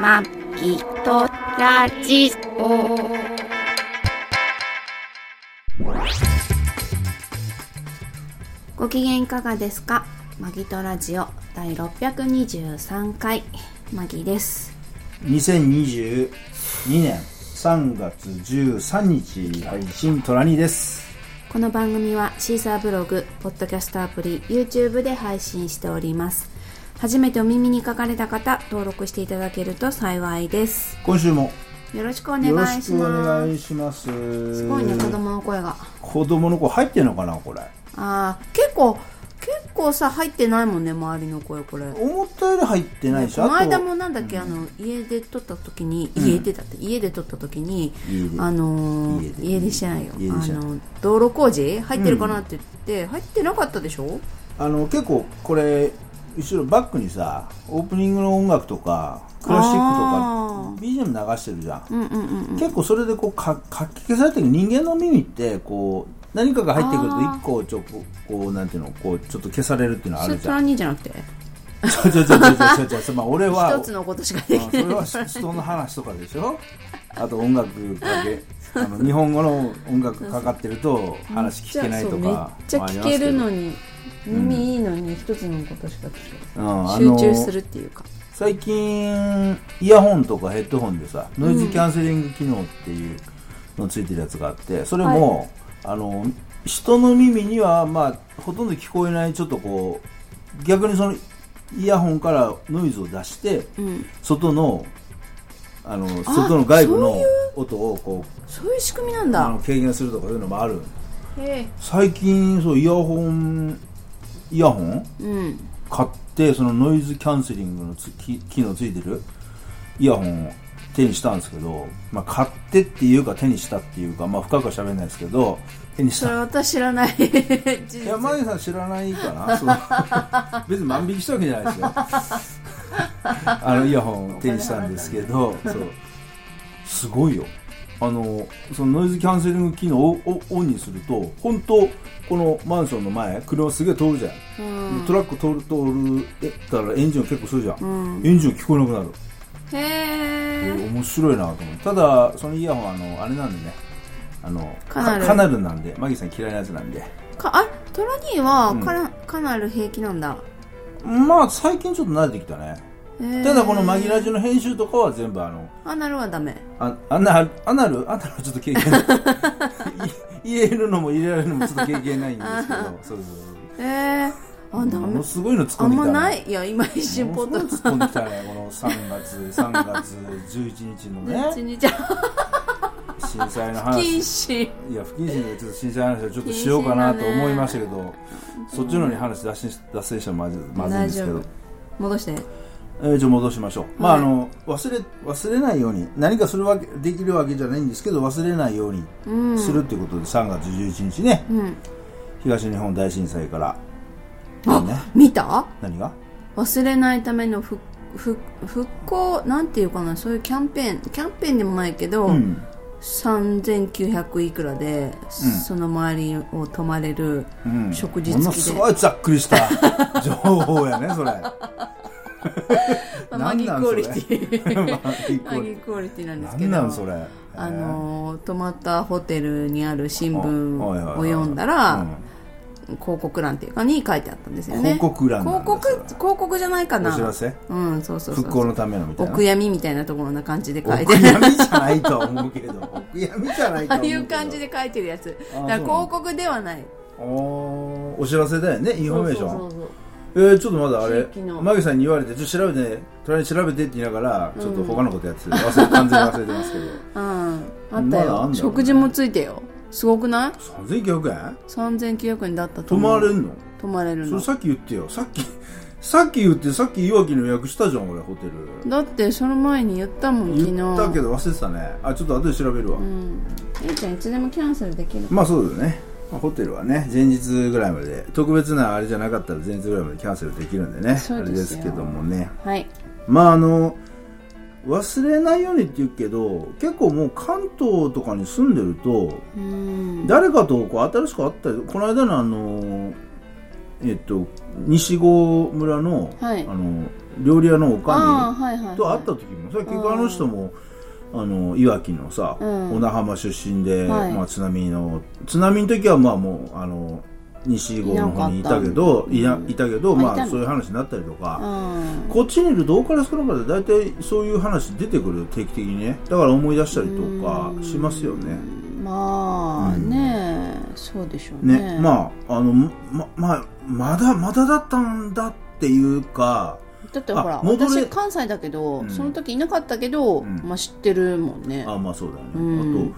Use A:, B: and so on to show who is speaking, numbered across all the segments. A: まきとラジオ。ご機嫌いかがですかマギトラジオ第623回マギです
B: 2022年3月13日配信トラニです
A: この番組はシーサーブログ、ポッドキャストアプリ、YouTube で配信しております。初めてお耳に書かれた方、登録していただけると幸いです。
B: 今週も
A: よろしくお願
B: よろ
A: い
B: し
A: し
B: くお
A: ま
B: 願い
A: す。
B: します
A: す
B: す
A: ごいね、子供の声が。
B: 子供の子入ってんのかなこれ
A: あー結構、結構さ、入ってないもんね、周りの声、これ。
B: 思ったより入ってないでし
A: こ
B: ょ
A: の間
B: あと
A: もなんだっけ、あの、家で撮った時に、家でだって、家で撮った時に
B: 家、で
A: あのー、
B: 家で
A: 家でしてないよ。
B: 家で
A: あ
B: してない
A: の、道路工事入ってるかなって言って、入ってなかったでしょ
B: あの結構これ後ろバックにさオープニングの音楽とかクラシッ
A: あ
B: クとか BGM 流してるじゃん
A: うんうんうんうん。
B: 結構それでこうかかき消されてる人間の耳ってこう何かが入ってくる
A: あ
B: と
A: ー
B: 一個ちょここうなんていうのこうちょっと消されるっていうのはあ
A: それ
B: るじ
A: ト
B: ゃ
A: ラ
B: ん。
A: ニーじゃなくて
B: ちょちょちょちょちょちょちょまあ俺は
A: 一つのことしかでき
B: あ
A: ない
B: それは人の話とかでしょ。あと音楽か けあの日本語の音楽かかってると話聞けないとか
A: めっちゃ
B: もあり
A: 聞
B: ます
A: け
B: ど
A: るのに耳いいのに一つのことしか聞け
B: うん
A: な
B: あ
A: い、
B: の
A: 集中するっていうか
B: 最近イヤホンとかヘッドホンでさノイズキャンセリング機能っていうのついてるやつがあってそれも、あの人の耳にはまあほとんど聞こえないちょっとこう逆にそのイヤホンからノイズを出して
A: うん
B: 外のあの
A: あ
B: 外の外部
A: そう
B: の
A: いう
B: 音をこ
A: そういう仕組みなん
B: うあ
A: だ
B: の軽減するとかいうのもある
A: へ
B: 最近そうイヤホンイヤホン
A: えうん
B: 買ってそのノイズキャンセリングのつき機能ついてるイヤホンを手にしたんですけど、まあ、買ってっていうか手にしたっていうか、まあ、深くは喋れないですけど手にし
A: それ
B: た
A: 私知らない 事
B: い
A: 実
B: やマギさん知らないかな その別に万引きしたわけじゃないで すよあのイヤホンを手にしたんですけどそうすごいよあのそのノイズキャンセリング機能ををオンにすると本当このマンションの前車すげえ通るじゃん
A: うん
B: トラック通る通るえたらエンジンを結構するじゃ
A: う
B: ん、
A: ん
B: エンジン聞こえなくなる、
A: へえ
B: 面白いなと思うただそのイヤホンあのあれなんでねあの
A: カナル
B: カナルなんでマギさん嫌いなやつなんで
A: かあトラニーは
B: うん
A: かな,、かなる平気なんだ
B: まあ最近ちょっと慣れてきたね
A: へえ
B: ただこのマギラジの編集とかは全部あの
A: アナルはダメ
B: あアナルアナルアナルはちょっと 経験ないい入れるのも入れられるのもちょっと経験ないんですけどそうそう
A: へえ
B: そう
A: あダ
B: も
A: メ
B: のすごいの
A: あ
B: 作
A: ん
B: りた
A: ま
B: い
A: ないいや今一瞬ポッと
B: ものすごい突っ込んできたねこの3月3月11日の
A: 一
B: ね
A: 日
B: 震災の
A: 不
B: 話
A: 謹慎
B: いや不謹慎でちょっと震災の話をちょっとしようかなと思いましたけど、そっちの方に話脱線し脱線したらまずまずいんですけ
A: 大
B: ど
A: 丈戻して
B: えー、じゃあ戻しましょう、まあ
A: は
B: あ
A: い
B: の忘れ忘れないように何かするわけできるわけじゃないんですけど忘れないように
A: うん
B: するっていうことで、3月11日ね
A: うん
B: 東日本大震災から
A: あ
B: ね
A: 見た
B: 何が
A: 忘れないための復復復興なんていうかなそういうキャンペーンキャンペーンでもないけど、
B: うん
A: 3900いくらで、その周りを泊まれる
B: うん
A: 食事
B: もの
A: 付き
B: す
A: で、
B: ごいざっくりした 情報やねそれ
A: まあマギ
B: なんなん
A: クオ
B: それ
A: リティマギ
B: 何
A: クオリティなんですけど
B: なんそれ
A: あのー泊まったホテルにある新聞
B: あはいはいはい
A: を読んだら、広告欄っていうかに書いてあったんですよね
B: 広告欄なん
A: 広
B: だ
A: 告
B: それ
A: 広告じゃないか
B: うんお
A: な
B: 知らせ
A: うんそうそうそう
B: 復興のためのみた
A: お
B: いな
A: 悔やみみたいなところな感じで
B: お
A: 書いて
B: 悔やみじゃないとは思うけどお悔やみじゃないと
A: あ
B: は思うけど
A: あいう感じで書いてるやつだ
B: あー
A: から
B: そうなの
A: 広告ではない
B: おーお知らせだよねインフォメーション
A: そうそうそう
B: えー、ちょっとまだあ
A: 地
B: れ
A: 域の
B: マギさんに言われてちょっと調べてとりあえず調べてって言いながらちょっと他のことやってて、忘れ完全に忘れてますけ ど
A: うんあった
B: まだあ
A: よ
B: んだ
A: 食事もついてよすごくない
B: 3900円
A: 3900円だったと
B: 泊
A: 思
B: ま
A: う
B: れんの、
A: 泊まれる
B: それ
A: の
B: さっき言ってよさっき さっき言ってさっきいわきの予約したじゃん俺ホテル
A: だってその前に言ったもん昨日
B: 言ったけど忘れてたねあちょっと後で調べるわ、
A: うんゆうちゃんいつでもキャンセルできる
B: まあそうだよねまあホテルはね前日ぐらいまで特別なあれじゃなかったら前日ぐらいまでキャンセルできるんでね
A: そ
B: あ
A: うで
B: れです
A: よ
B: すけどもね
A: はい
B: まああの忘れないようにって言うけど結構もう関東とかに住んでると
A: うん
B: 誰かとこう新しく会ったりこの間のあのえっと、西郷村の,、
A: はい
B: あの料理屋のお
A: ああ
B: か
A: はいはい、はい、
B: みと会った時もさ結局あの人もあのいわきのさ、
A: うん
B: 小名浜出身で、
A: はい
B: まあ、津波の津波の時はまあもうあの西郷の方にいたけどい
A: いな
B: や
A: かった
B: いたけど、
A: あい
B: ま
A: た
B: あ、
A: の
B: そういう話になったりとか。
A: うん
B: こっちにいると多から少なからず大体そういう話出てくる定期的にねだから思い出したりとかしますよね
A: まあ
B: うん
A: ねえそうでしょうね
B: ねまああのままあまだまだだったんだっていうか
A: だってほら
B: あ戻れ
A: 私関西だけど、
B: うん
A: その時いなかったけど、
B: ん
A: まあ、知ってるもんね
B: あまあそうだよね、
A: うん
B: あ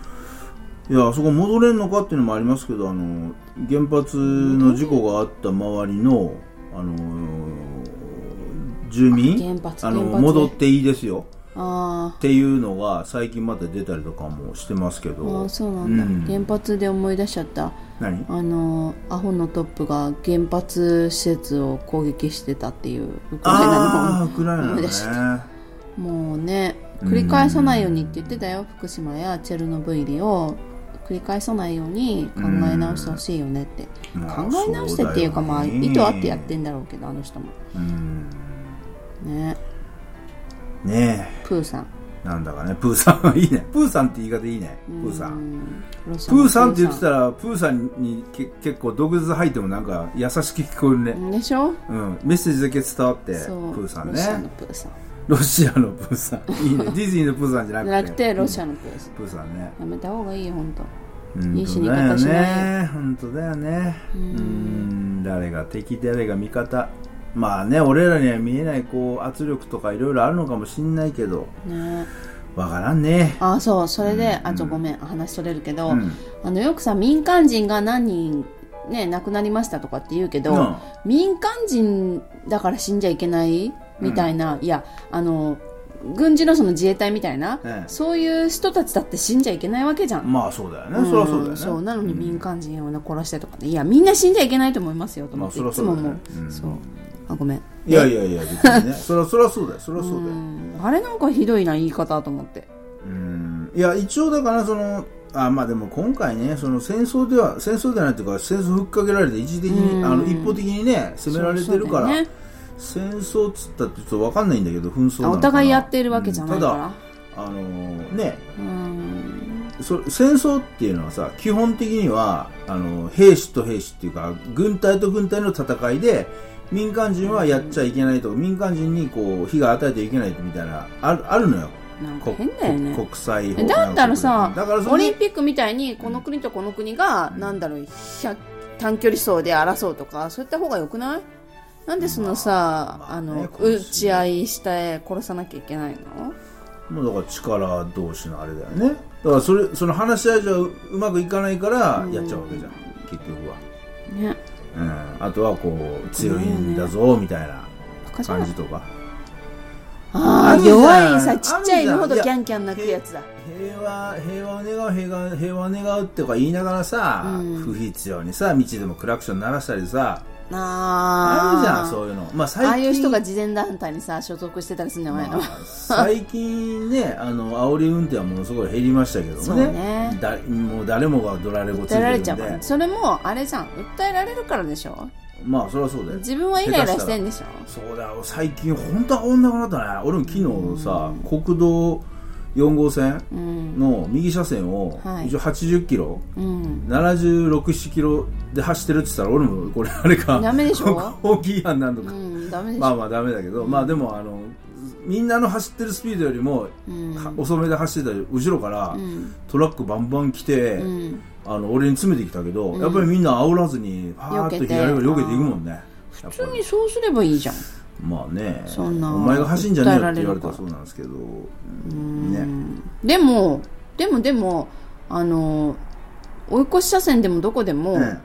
B: といやあそこ戻れんのかっていうのもありますけどあの原発の事故があった周りのあの住民
A: 原発
B: あ
A: 原
B: の
A: 発
B: 戻っていいですよ
A: あ
B: っていうのが最近また出たりとかもしてますけ
A: ーあー
B: ど
A: そうなんだ、
B: うん
A: 原発で思い出しちゃった
B: 何
A: あのアホのトップが原発施設を攻撃してたっていうウクライ
B: ああ
A: ナ
B: ウクライナ
A: 思い出しち
B: のね
A: のもうね繰り返さないようにって言ってたよ福島やチェルノブイリを繰り返さないように考え直してほしいよねって
B: ま あ
A: 考え直してっていうか
B: そうだ
A: まあ
B: よね
A: 意図あってやってんだろうけどあの人も
B: うん
A: ね
B: ね
A: プーさん
B: えなんだかねプーさんはいいね プーさんって言い方いいねプーさ
A: うんんロシア
B: プ
A: の
B: ーさんって言ってたらプーさんにけ結構毒舌吐いてもなんか優しく聞こえるね、
A: でしょ
B: うん、メッセージだけ伝わってプ
A: そう
B: ーさん
A: ロシアの
B: ね
A: プーさん
B: ロシアのプーさんいいねディズニーのプーさんじゃ
A: じゃな
B: なくて
A: くてロシアのプーさん
B: プーさんね
A: やめた方がいいよ本当
B: うん
A: いい死に方しな
B: 本当だよね本当だよねうん誰が敵誰が味方まあね俺らには見えないこう圧力とかいろいろあるのかもしんないけど
A: ね
B: わからんね
A: あそうそれで、
B: うん
A: あちょごめん話それるけど、
B: うん
A: あのよくさ民間人が何人ね亡くなりましたとかって言うけど、
B: うん
A: 民間人だから死んじゃいけないみたいな、いやあの軍事のその自衛隊みたいな、
B: ええ
A: そういう人たちだって死んじゃいけないわけじゃん、
B: まあそうだよねそりゃそうだよ
A: ん
B: ね
A: そうなのに
B: うん
A: 民間人をね殺してとかねいやみんな死んじゃいけないと思いますよと
B: ま
A: 思っ
B: あ
A: て、
B: そり
A: い
B: ゃ
A: つ
B: そう
A: も
B: だ
A: もう
B: よね、うん
A: そうあごめん
B: いやいやいや別 にねそりゃそりゃそうだよそりゃそうだよ
A: うんあれなんかひどいな言い方と思って
B: うんいや一応だからそのあまあでも今回ねその戦争では戦争ではないっていうか戦争ふっかけられて一時的
A: う
B: に
A: ん
B: あの一方的にね攻められてるから
A: そうそうだよね
B: 戦争っつったってちょっとわかんないんだけど紛争なのか
A: あ
B: な
A: お互いやってるわけじゃない
B: うん
A: か
B: ただあのーね
A: らうん
B: そ戦争っていうのはさ基本的にはあの兵士と兵士っていうか軍隊と軍隊の戦いで民間人はやっちゃいけないとか、民間人にこう被害与えてはいけないみたいなあるあるのよ
A: なんか
B: こ
A: 変だよね
B: こ国際法
A: えだったらさ
B: だからそ
A: オ
B: れ
A: リンピックみたいにこの国とこの国が、なんだろう100短距離走で争うとかそういった方が良くないなんでそのさ、
B: まあ
A: あ
B: まあ
A: の
B: ね
A: 打ち合いして殺さなきゃいけないの
B: もうだから力同士のあれだよねだからそれその話し合いじゃううまくいかないからやっちゃうわけじゃん、結局は、
A: ね
B: うん、あとはこう強いんだぞみたいな
A: バカじゃな
B: 感
A: い
B: じとか
A: あ
B: あ
A: あ
B: るじゃん
A: 弱いさちっちゃいのほど
B: あ
A: キ
B: るじゃん
A: ャンキャン泣くやつだ
B: 平和平和を願う平和平和を願うとか言いながらさ、
A: うん
B: 不必要にさ道でもクラクション鳴らしたりさ
A: あ
B: あるじゃん
A: う
B: そういうの、まあ、最
A: あ
B: 近
A: あいう人が慈善団体にさ所属してたりするんじゃないの、
B: まあ最近ねあの煽り運転はものすごい減りましたけど
A: そ
B: も
A: う
B: ね
A: ね
B: だもう誰もがドラレコつい
A: 訴え
B: て
A: ら
B: る
A: れ
B: ん
A: ち
B: で
A: ゃうからそれもあれじゃん訴えられるからでしょ
B: まあそりゃそうだよ
A: 自分はイライラしてんでしょ
B: そうだよ最近本当は女んなくなったね俺も昨日さ、国道4号線
A: うん
B: の右車線を、
A: はい
B: 一応80キロ
A: うん
B: 767キロで走ってるって言ったら俺もこれあれか
A: ダメでしょ
B: 大きい違反なんの
A: う
B: か、
A: んダメでしょ、
B: まあまあダメだけど、まあでもあのみんなの走ってるスピードよりも、
A: うん
B: は遅めで走ってたり後ろから、
A: うん
B: トラックバンバン来て、
A: うん
B: あの俺に詰めてきたけど、やっぱりみんな煽らずにパーッ
A: 避
B: と
A: けて
B: 左を避けていくもんねやっ
A: 普
B: ぱ
A: 通
B: り
A: にそうすればいいじゃん
B: まあね
A: そんな
B: お前が走んじゃねえよって言われ
A: 訴えられるか
B: た
A: ら
B: らそうなんですけど
A: う
B: ね
A: んでもでもでもあの追い越し車線でもどこでも、
B: え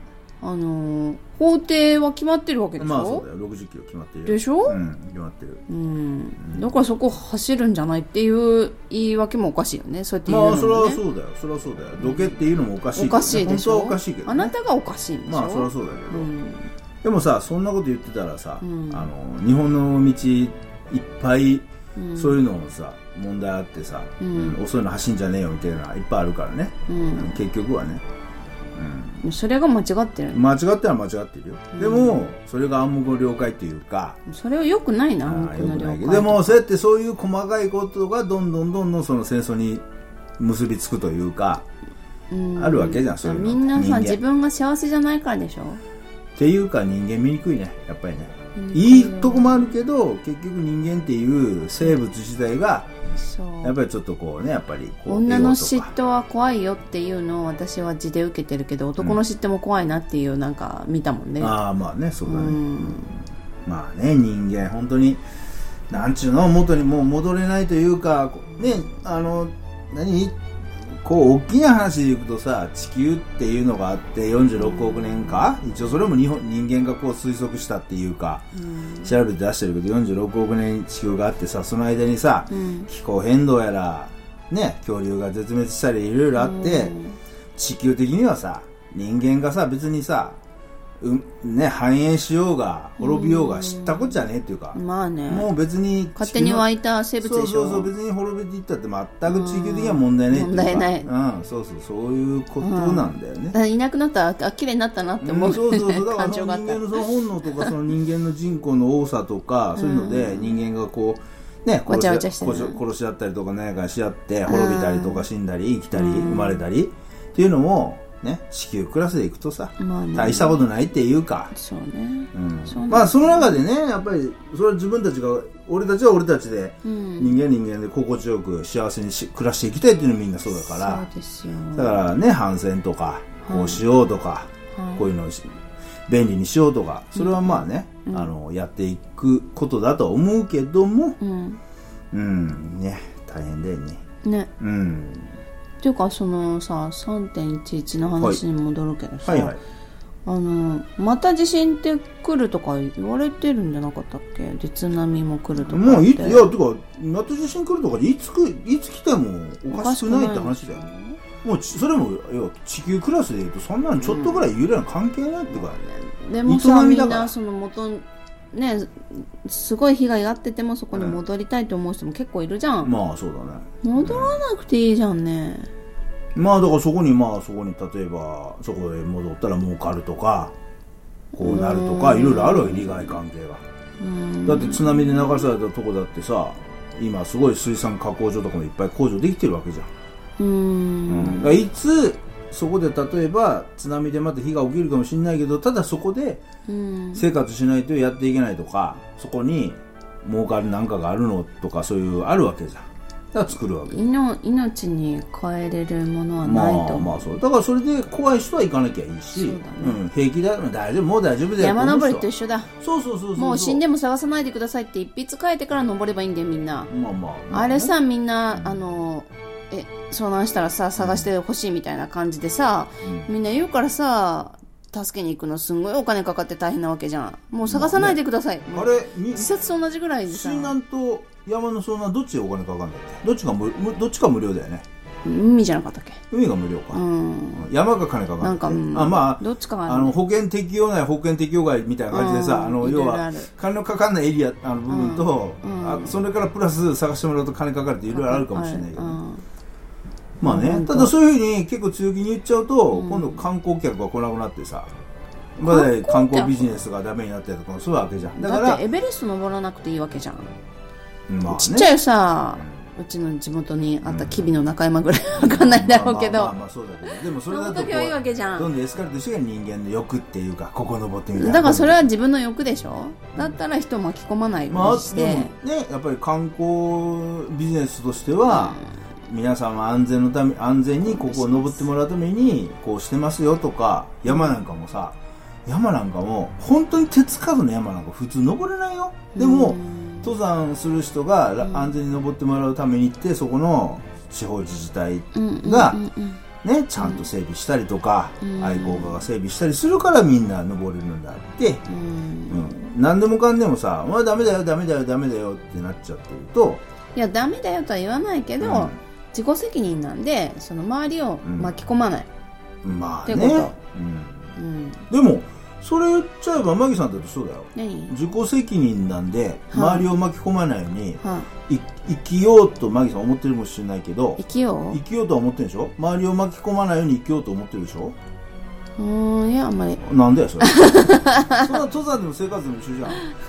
A: あの法廷は決まってるわけ
B: え
A: でしょ、
B: まあそうだよ60キロ決まってるよ
A: でしょ
B: うん決まってる
A: うん、だからそこ走るんじゃないっていう言い訳もおかしいよねそうやって言うの
B: ま
A: も、
B: あ
A: ね
B: それはそうだよそれはそうだよどけっていうのもおかしいけど
A: おかしいでしょ
B: 本当はおかしいけどね、
A: あなたがおかしいんでしょ
B: まあそれはそうだけ
A: う
B: ど、
A: ん
B: でもさそんなこと言ってたらさ、
A: うん
B: あの日本の道いっぱい
A: うん
B: そういうのもさ問題あってさ、
A: うん
B: 遅いの走んじゃねえよみたいなのいっぱいあるからね、
A: うん
B: 結局はね、
A: それが間違ってるの
B: 間違っては間違ってるよ、でもそれが暗黙の了解っていうか
A: それはよくないな暗
B: あー
A: 黙
B: よ
A: の
B: くない
A: 了
B: け
A: 解
B: どでもそうやってそういう細かいことがどんどんどんどんその戦争に結びつくというか、あるわけじゃんそういうの
A: みんな
B: 人
A: さ
B: 間
A: 自分が幸せじゃないからでしょ
B: っていうか人間見にくいねやっぱりねいいとこもあるけど結局人間っていう生物自体が
A: そう
B: やっぱりちょっとこうねやっぱりこう
A: 女の
B: エ
A: 嫉
B: ロとか
A: 妬は怖いよっていうのを私は字で受けてるけど男の嫉妬も怖いなっていうなんか見たもんね、
B: ああまあねそうだね、
A: うん
B: まあね人間本当になんちゅうの元にもう戻れないというかこうねあの何こう大きな話でいくとさ地球っていうのがあって46億年か、一応それも日本人間がこう推測したっていうか、調べて出してるけど46億年地球があってさその間にさ、
A: うん
B: 気候変動やらね恐竜が絶滅したりいろいろあって、地球的にはさ人間がさ別にさ、うんね、繁栄しようが滅びようが知ったこっちゃねえっていうか、
A: まあね
B: もう別に
A: 勝手に湧
B: い
A: いた生物でし
B: そ
A: ょ
B: うそうそう別に滅びていったって全く地球的には問題ねえっていうか
A: 問題ない
B: うん、そうそうそういうことなんだよね、
A: あいなくなったらあ綺麗になったなって思
B: もう
A: う
B: そうそうそうだか ら
A: 感
B: そ
A: 情
B: の
A: があっ
B: 人
A: た
B: 間のその本能とかその人間の人口の多さとかそういうので人間がこうね
A: わちゃわちゃ
B: 殺し
A: してる
B: 殺し殺し合ったりとか何やかし合って滅びたりとか死んだり生きたり生まれたりっていうのもね地球クラスでいくとさ
A: まあね
B: 大したことないっていうか
A: そうね
B: うん
A: そうなんだ
B: まあその中でねやっぱりそれは自分たちが俺たちは俺たちで
A: うん
B: 人間は人間で心地よく幸せにし暮らしていきたいっていうのみんなそうだから
A: そうですよ
B: だからね、反戦とか、こうしようとか、
A: はい
B: こういうのをし便利にしようとか、それはまあね、あの、やっていくことだと思うけども、
A: うん
B: うん、ね、大変だよね。
A: ね
B: うん。
A: っていうかそのさ3.11の話に戻るけどさ、
B: はいはい。
A: あのまた地震って来るとか言われてるんじゃなかったっけで津波も来るとかって
B: もうい、いや、てか、また地震来るとか、いつく、いつ来てもおかしくないって話だよ。もうち、それも、いや、地球クラスで言うと、そんなのちょっとぐらい揺れは関係ないってか、
A: でもさ
B: 営
A: み
B: みだ
A: ん
B: から
A: なその元ねすごい被害があっててもそこに戻りたいと思う人も結構いるじゃん、
B: まあそうだね。
A: 戻らなくていいじゃんね
B: まあだからそこにまあそこに例えばそこへ戻ったら儲かるとかこうなるとかいろいろあるわけ利害関係が
A: うん
B: だって津波で流されたとこだってさ今すごい水産加工所とかもいっぱい工場できてるわけじゃん、
A: うん
B: だからいつそこで例えば津波でまた火が起きるかもしれないけどただそこで
A: うん
B: 生活しないとやっていけないとかそこに儲かるなんかがあるのとかそういうあるわけじゃんだから作るわけ
A: いの命に変えれるものは
B: ま
A: ないと
B: あ
A: 思う、
B: まあそうだからそれで怖い人は行かなきゃいいし
A: そうだね
B: ん、平気だ大丈夫もう大丈夫だよ
A: 山登りと
B: この
A: 一緒だ
B: 人はそうそうそうそう
A: もう死ん
B: で
A: でも探さないでくださいって一筆書いてから登ればいいんだよみんな、
B: まあまあ、ま
A: あれ
B: ね
A: さみんなあのえ遭難したらさ探してほしいみたいな感じでさ、みんな言うからさ助けに行くのすんごいお金かかって大変なわけじゃんもう探さないでください、もう
B: あれみ
A: 自殺と同じぐらいでさ
B: 水難と山の遭難どっちでお金かかるんだっけどっちが無無どっちか無料だよね
A: 海じゃなかったっけ
B: 海が無料か、
A: うん
B: 山が金かかるだ
A: な
B: っ
A: ん
B: け
A: か、うん
B: あまあ
A: どっちかが
B: あの保険適用内保険適用外みたいな感じでさ、
A: うん
B: あの
A: いろ
B: 要
A: いろあ
B: は
A: る
B: 金のかかんないエリアあの部分と、
A: うん
B: あそれからプラス探してもらうと金かかるっていろいろあるかもしれないけど、
A: うん
B: まあ
A: う
B: ね、
A: ん
B: ただそういうふうに結構強気に言っちゃうと、今度観光客が来なくなってさ、まだ観光ビジネスがダメになったりとかもするわけじゃん。だか
A: だっ
B: ら
A: て、エベレスト登らなくていいわけじゃん
B: ま
A: ちっちゃいさ、うちの地元にあった吉備の中山ぐらいわかんないだろうけ
B: まあまあまあ
A: ど、
B: まあそうだけど、でもそ
A: そ
B: れだ
A: の
B: とこ
A: 時はいいわ
B: う、
A: けじゃ
B: ど
A: ん。
B: んどんエスカレートしてが人間の欲っていうか、ここ登ってみたいな。
A: だからそれは自分の欲でしょだったら人を巻き込まない
B: ま
A: よう
B: あ、
A: にして、
B: でもね、やっぱり観光ビジネスとしては、皆様安全のため、安全にここを登ってもらうために、こうしてますよとか、山なんかもさ、山なんかも、本当に手つかずの山なんか普通登れないよ。でも、登山する人がら安全に登ってもらうためにって、そこの地方自治体が、ね、ちゃんと整備したりとか、愛好家が整備したりするからみんな登れるんだって、うん、何でもかんでもさ「お前ダメだよダメだよダメだよ」ってなっちゃってると
A: いやダメだよとは言わないけど、
B: うん
A: 自己責任なんでその周りを巻き込まない、
B: まあ
A: ってこ
B: ね
A: と、
B: うん、
A: うん
B: でもそれ言っちゃえばマギさんだってそうだよ
A: 何
B: 自己責任なんで
A: はい
B: 周りを巻き込まないように、
A: はい
B: 生きようとマギさん思ってるかもしれないけど
A: い生きよ
B: 生きようとは思ってるでしょ周りを巻き込まないように生きようと思ってるでしょ
A: ううーんいやあんまり
B: なんだよ それそんな登山でも生活でも一緒じ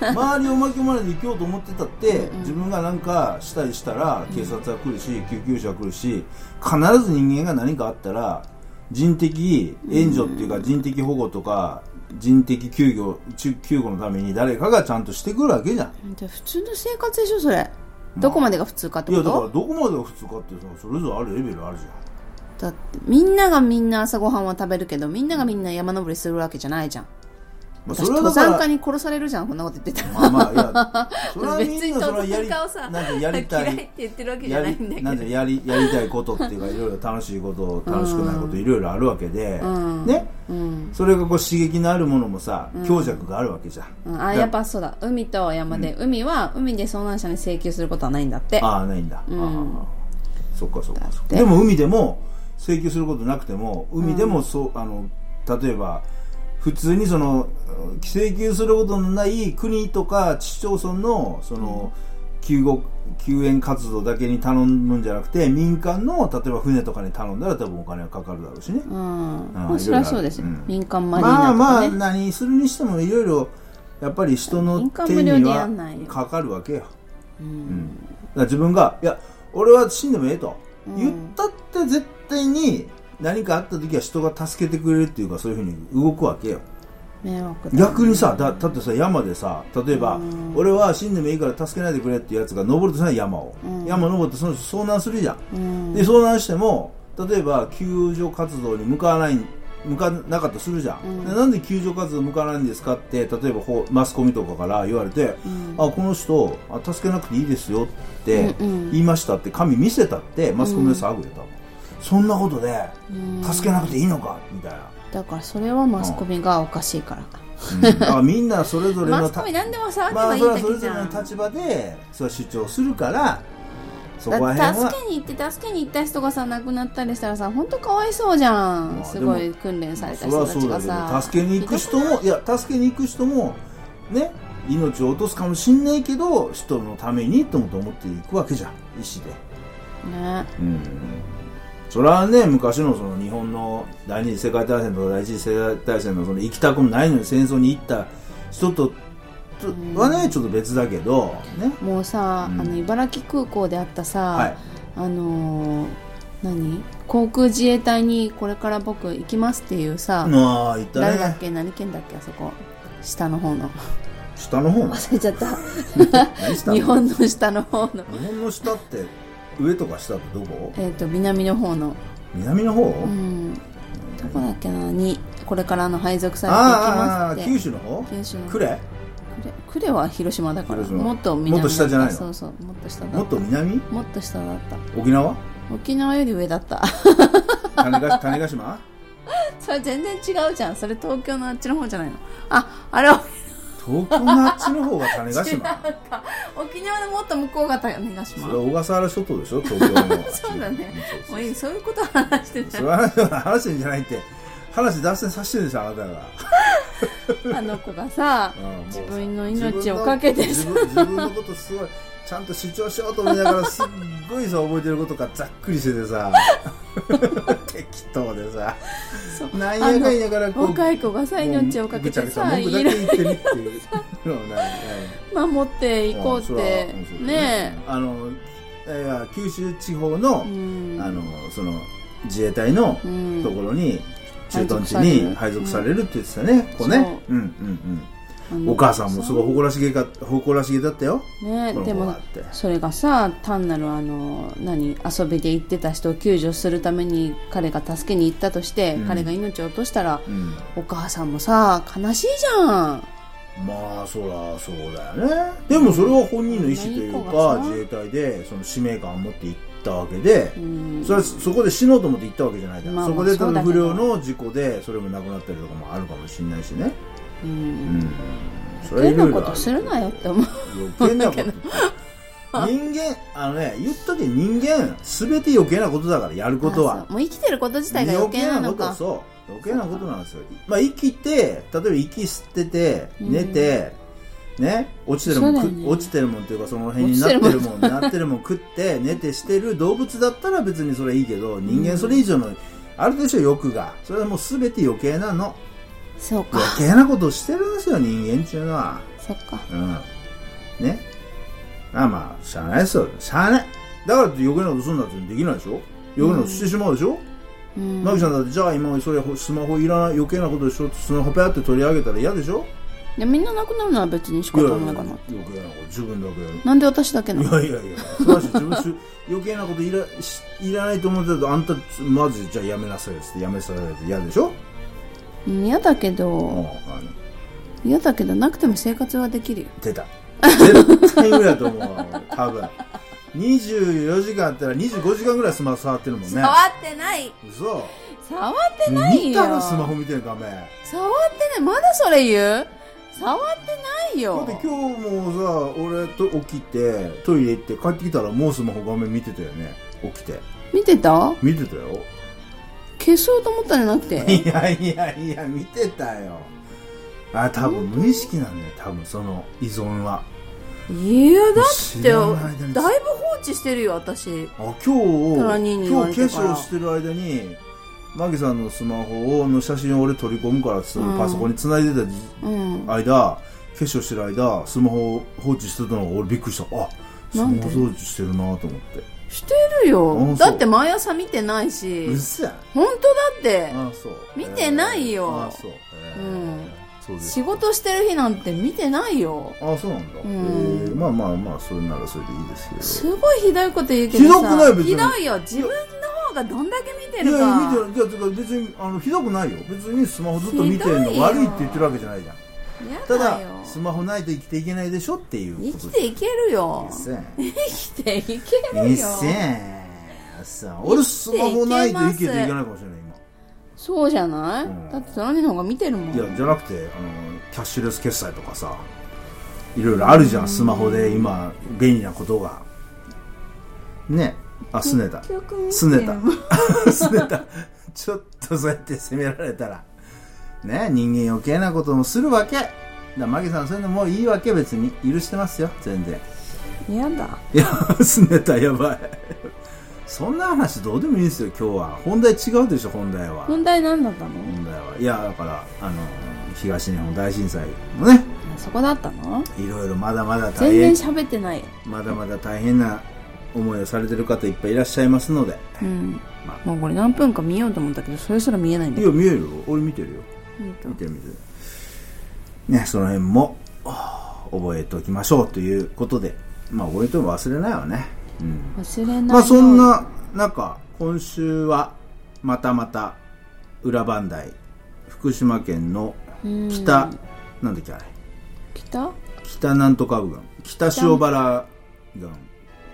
B: ゃん周りを巻き込まれて生きようと思ってたって、自分が何かしたりしたら警察は来るし、救急車は来るし必ず人間が何かあったら人的援助っていうか人的保護とか人的救護救救護のために誰かがちゃんとしてくるわけじゃん
A: じゃあ普通の生活でしょそれどこまでが普通かって
B: い
A: こ
B: やだから
A: と
B: どこまでが普通かってさそれぞれあるレベルあるじゃん
A: だってみんながみんな朝ごはんは食べるけどみんながみんな山登りするわけじゃないじゃん
B: まあ、
A: 私登山家に殺されるじゃんこんなこと言ってたら
B: まあまあ いやそれはみ
A: 別
B: ん
A: に
B: なそれは
A: 登山
B: や
A: 家
B: りな
A: を
B: ん
A: さ
B: かやりた
A: 嫌い
B: い
A: って言ってるわけじゃ
B: や
A: ないんだ
B: り
A: け
B: なん
A: ど
B: でやりやりたいことっていうかいろいろ楽しいこと楽しくないこといろいろあるわけで、
A: うん
B: ね
A: うん、
B: それがこう刺激のあるものもさ、強弱があるわけじゃん、
A: うん、あ
B: だ
A: やっぱそうだ海と山で、海は海で遭難者に請求することはないんだって
B: ああないんだ、
A: ん
B: ああそっかそっかそっ
A: だっ
B: か
A: て
B: でも海でも請求することなくても海でもそう、あの例えば普通にそのうん請求することのない国とか市町村のその、救護救援活動だけに頼むんじゃなくて民間の例えば船とかに頼んだら多分お金がかかるだろうしね、
A: うん、ま
B: う
A: あ、
B: ん
A: それはそうですよ、
B: いろいろあるうん
A: 民間マリー
B: まあ
A: ナ
B: まあ
A: とかね、
B: 何するにしてもいろいろやっぱり人の
A: 民間
B: 手
A: 無料
B: に
A: でや
B: は
A: んないよ
B: かかるわけよ
A: う
B: うん
A: ん、
B: だから自分が「いや俺は死んでもええ」と、
A: うん
B: 言ったって絶対に何かあった時は人が助けてくれるっていうかそういうふうに動くわけよ
A: 迷惑だ
B: 逆にさだだってさ山でさ例えば、俺は死んでもいいから助けないでくれ」っていうやつが登るとしない山を、
A: うん
B: 山登ってその人遭難するじゃん、
A: うん
B: で遭難しても例えば救助活動に向かわない向かなかったとするじゃん、
A: うん
B: でなんで救助活動向かないんですかって例えばほうマスコミとかから言われて、
A: うん
B: あこの人あ助けなくていいですよって
A: うんうん
B: 言いましたって紙見せたってマスコミで騒ぐよ多分、そんなことで
A: うん
B: 助けなくていいのかみたいな、
A: だからそれはマスコミがおかしいから、
B: うんだからみんなそれぞれ
A: マ
B: の
A: ス
B: た
A: コミ何でも触って
B: ま
A: も
B: あ
A: いい
B: それ
A: だ
B: はそ
A: け
B: れ
A: じ
B: ぞれ
A: ゃん、
B: の立場でそれは主張するからそこら
A: だって
B: 辺は
A: 助けに行って助けに行った人がさ亡くなったりしたらさ本当かわいそうじゃん、
B: まあ
A: すご
B: で
A: い
B: も
A: 訓練され
B: そ
A: た
B: れは
A: 人
B: そ
A: た
B: う
A: ち
B: だ
A: が
B: け
A: さ
B: ど助けに行く人もいや助けに行く人もね命を落とすかもしんないけど人のためにともと思っていくわけじゃん意思で、
A: ね
B: うん、それはね昔のその日本の第二次世界大戦とか第一次世界大戦のその行きたくもないのに戦争に行った人ととはねちょっと別だけどね
A: もうさ、
B: うん
A: あの茨城空港であったさ、
B: はい
A: あのー何航空自衛隊にこれから僕行きますっていうさ、
B: まあ行った
A: 誰だっ
B: ね
A: け何県だっけあそこ下の方の
B: 下の方の
A: 忘れちゃった
B: 何下 の
A: 日本の下の方の
B: 日本の下って上とか下ってど こ
A: えっ、と南の方の
B: 南の方、
A: うんどこだっけなにこれからの配属されていき
B: あああ
A: ま
B: あ
A: すって
B: 九州の方
A: 九州の
B: 呉
A: クレは広島だから
B: 広島
A: もっと南
B: もっと下じゃないの
A: そうそうもっと下だった
B: もっと南
A: もっと下だった
B: 沖縄
A: 沖縄より上だった
B: 種子 種子島
A: それ全然違うじゃんそれ東京のあっちの方じゃないのああれは
B: 東京のあっちの方が種子
A: 違う
B: 島
A: か沖縄のもっと向こうが種子
B: そ
A: 島
B: れは小笠原諸島でしょ東京のあっ ち
A: そうだね
B: そう
A: もういいそういうこと話して
B: それは話してんじゃないって話脱線させてるでしょあなたが
A: ないあの子がさ
B: うんもう
A: 自分の命をかけて
B: 自
A: さ
B: 分の自分自分のことすごいちゃんと主張しようと思いながらすっごいさ覚えてることがざっくりしてて さ適当でさ
A: そう
B: なんやかんやからこう
A: 若い子がさ命をかけてさ
B: もう
A: い
B: ぐち
A: ろ
B: ゃぐ
A: い
B: ちゃ文句だけ言ってるっていうのをなんかうん
A: ろ守っていこうって
B: うんそれはうんそうだ
A: ね
B: あのいやいや九州地方の,、
A: えうん
B: あのその自衛隊の
A: うん
B: ところに、駐屯地
A: 配属され
B: に
A: る
B: 配属されるって言ってたね、こうねう、んうん
A: あ
B: うん、
A: の
B: お母さんもすごい誇らしげか誇らしげだったよ
A: ね
B: この
A: で
B: 子
A: も
B: はって
A: それがさ単なるあの何遊びで行ってた人を救助するために彼が助けに行ったとして、
B: うん
A: 彼が命を落としたら
B: うん、
A: お母さんもさ悲しいじゃん
B: まあそらそうだよねでもそれは本人の意思という
A: こんないい
B: か
A: 子がさ
B: 自衛隊でその使命感を持って行ったわけで、
A: うん
B: それはそこで死のうと思って行ったわけじゃないじゃん、
A: まあまあ
B: そこで多
A: そう
B: 分
A: だけ
B: 不
A: ど
B: 良の事故でそれもなくなったりとかもあるかもしれないしね
A: う
B: うんんそれは
A: 変
B: いろ
A: ない
B: ろ
A: こ
B: あ
A: と
B: る
A: するなよって思う
B: 余計なこと人間あのね言ったけ人間全て余計なことだからやること
A: あ
B: は
A: そうもう生きてること自体が余計なの
B: こと
A: か
B: そう余計なことなんですよまあ生きて例えば息吸ってて寝て、ね落ちてるもん、
A: そうだよ
B: く
A: ね
B: 落ちてるもんっていうかその辺になってるもんなってるもん食って寝てしてる動物だったら別にそれいいけど人間それ以上のあるでしょ欲がそれはもう全て余計なの
A: そうか
B: 余計なことをしてるんですよ人間っていうのは
A: そっか
B: うんねあまあしゃあないですよしゃあないだからって余計なことするなんてできないでしょ余計なことしてしまうでしょ、
A: うん
B: なぎちゃんだってじゃあ今それスマホいらない余計なことしようってスマホペアって取り上げたら嫌でしょ
A: でみんななくなるのは別に仕方ないかな
B: 余計なこと自分だけやる
A: なんで私だけないの
B: やいやいや素晴らしい自分し余計なこといらしいらないと思ってたとあんたまずじゃあやめなさいっつってやめさせられて嫌でしょ
A: うん嫌だけ
B: うん
A: ど
B: あの
A: 嫌だけどなくても生活はできるよ
B: 出た絶対無理だと思うわ多分24時間あったら25時間ぐらいスマホ触ってるもんね
A: ってない
B: 嘘
A: 触ってないよ
B: 見たらスマホ見てる画面だ
A: 触ってないまだそれ言う触ってないよ
B: って今日もさ俺と起きてトイレ行って帰ってきたらもうスマホ画面見てたよね起きて
A: 見てた
B: 見てたよ
A: 消そうと思ったんじゃなくて
B: いやいやいや見てたよあ多分無意識なんだよ多分その依存はい
A: やだっ
B: 知
A: て
B: ら
A: だ
B: ない間
A: い
B: に
A: ぶ放置してるよ私
B: あ今日今
A: ラニーニ
B: 日
A: 言わ
B: 化
A: れてから
B: 粧してる間にマギさんのスマホの写真を俺取り込むからっつって、
A: うん
B: パソコンに繋いでたじ
A: うん
B: 間化粧してる間スマホを放置してたのが俺びっくりしたあスマ
A: な
B: ホ
A: んで
B: 放置してるなと思って
A: してるよ
B: あそう
A: だって毎朝見てないし
B: うっせ
A: 本当だって
B: あそう
A: 見てないよ
B: あそう、え
A: うん
B: そうです
A: 仕事してる日なんて見てないよ
B: あそうなんだ、
A: ん
B: えーまあまあまあそれならそれでいいですけど
A: すごいひどいこと言うけどさ
B: ひどくない別に
A: ひどいよ自分の方がどんだけ見て
B: い
A: る
B: や
A: か
B: いや見てるいやてか別にあのひどくないよ別にスマホずっと見
A: ひ
B: てる
A: どい
B: の
A: よ
B: 悪いって言ってるわけじゃないじゃん
A: やだ
B: ただ
A: よ
B: スマホないと生きていけないでしょっていう
A: 生
B: こと
A: きていけるよ
B: ですね
A: 生きていけ
B: え
A: る
B: っ
A: よ
B: せーさ俺スマホないと生きていけないかもしれない
A: そうじゃない、
B: うん
A: だってその人の方が見てるもん
B: 今いやじゃなくてあのキャッシュレス決済とかさいろいろあるじゃんスマホで今便利なことがねあすねた
A: 結局見て
B: すねたすねたちょっとそうやって責められたらね人間余計なこともするわけだからマギさんそういうのもういいわけ別に許してますよ全然
A: やだ
B: いやすねたやばいそんな話どうでもいいんですよ今日は本題違うでしょ本題は
A: 問題何だったの、
B: 本題はいやだからあの東日本大震災のね
A: そこだったの
B: いろいろまだまだ大変
A: 全然喋ってないよ
B: まだまだ大変な思いをされてる方いっぱいいらっしゃいますので
A: うん
B: ま
A: もうこれ何分か見ようと思ったけどそれすら見えないん
B: い
A: だよ
B: や見えるよ俺見てるよ
A: 本当
B: 見てる見てるねその辺もはあ覚えておきましょうということでまあ覚えても忘れないわねうん
A: 忘れないように
B: まあそんな中、今週はまたまた裏磐梯、福島県の
A: うん
B: 北、なんだっけあれ、
A: 北
B: 北なんとか郡、北塩原郡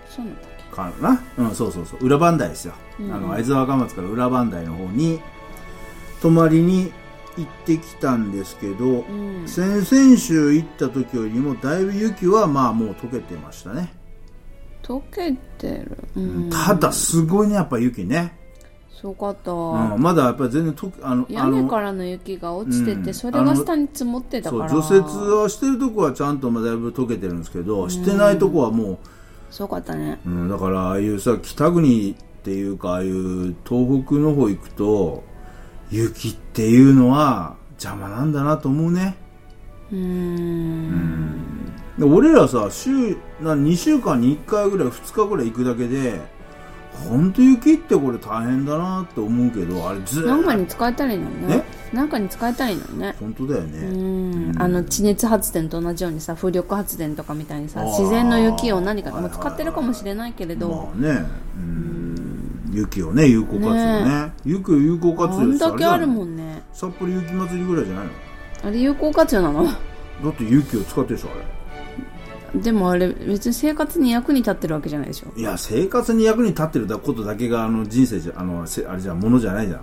A: そうなんだっ
B: かなうん、そうそうそう、裏磐梯ですよ。
A: うん
B: あの、会津若松から裏磐梯の方に泊まりに行ってきたんですけど、
A: けうん
B: 先々週行った時よりもだいぶ雪はまあもう溶けてましたね。
A: 溶けてるうん
B: ただすごいね、やっぱ雪ね。
A: すごかった、
B: うん、まだやっぱり全然とけあの
A: 屋
B: あ
A: 根
B: の
A: からの雪が落ちてて、
B: うん
A: それが下に積もってた
B: そ
A: か
B: う
A: ら
B: 除雪はしてるとこはちゃんとまあだいぶ溶けてるんですけど、してないとこはも
A: すごかったね
B: う、うん、だからああいうさ北国っていうかああいう東北の方行くと雪っていうのは邪魔なんだなと思うね
A: うーん
B: で俺らさ週な2週間に1回ぐらい2日ぐらい行くだけで本当雪ってこれ大変だなって思うけどあれず
A: なんか
B: ーっ
A: に使えたらいいのにねなんかに使えたらいいのにね
B: と本当だよね、
A: うんあの地熱発電と同じようにさ風力発電とかみたいにさ
B: あー
A: 自然の雪を何かに
B: はい
A: も
B: は
A: う
B: い
A: 使ってるかもしれないけれど、
B: まあね、うん、雪をね、有効活用ね。雪を有効活
A: あ
B: 用
A: ん
B: した
A: だけあるも
B: ん。
A: んね
B: 札幌雪祭りぐらいじゃないの
A: あれ有効活用なの
B: だって雪を使ってるでしょ、あ
A: でもあれ別に生活に役に立ってるわけじゃないでしょ
B: れ。いや、生活に役に立ってることだけが、あの、人生じゃ、あの、せあれじゃ、ものじゃないじゃん。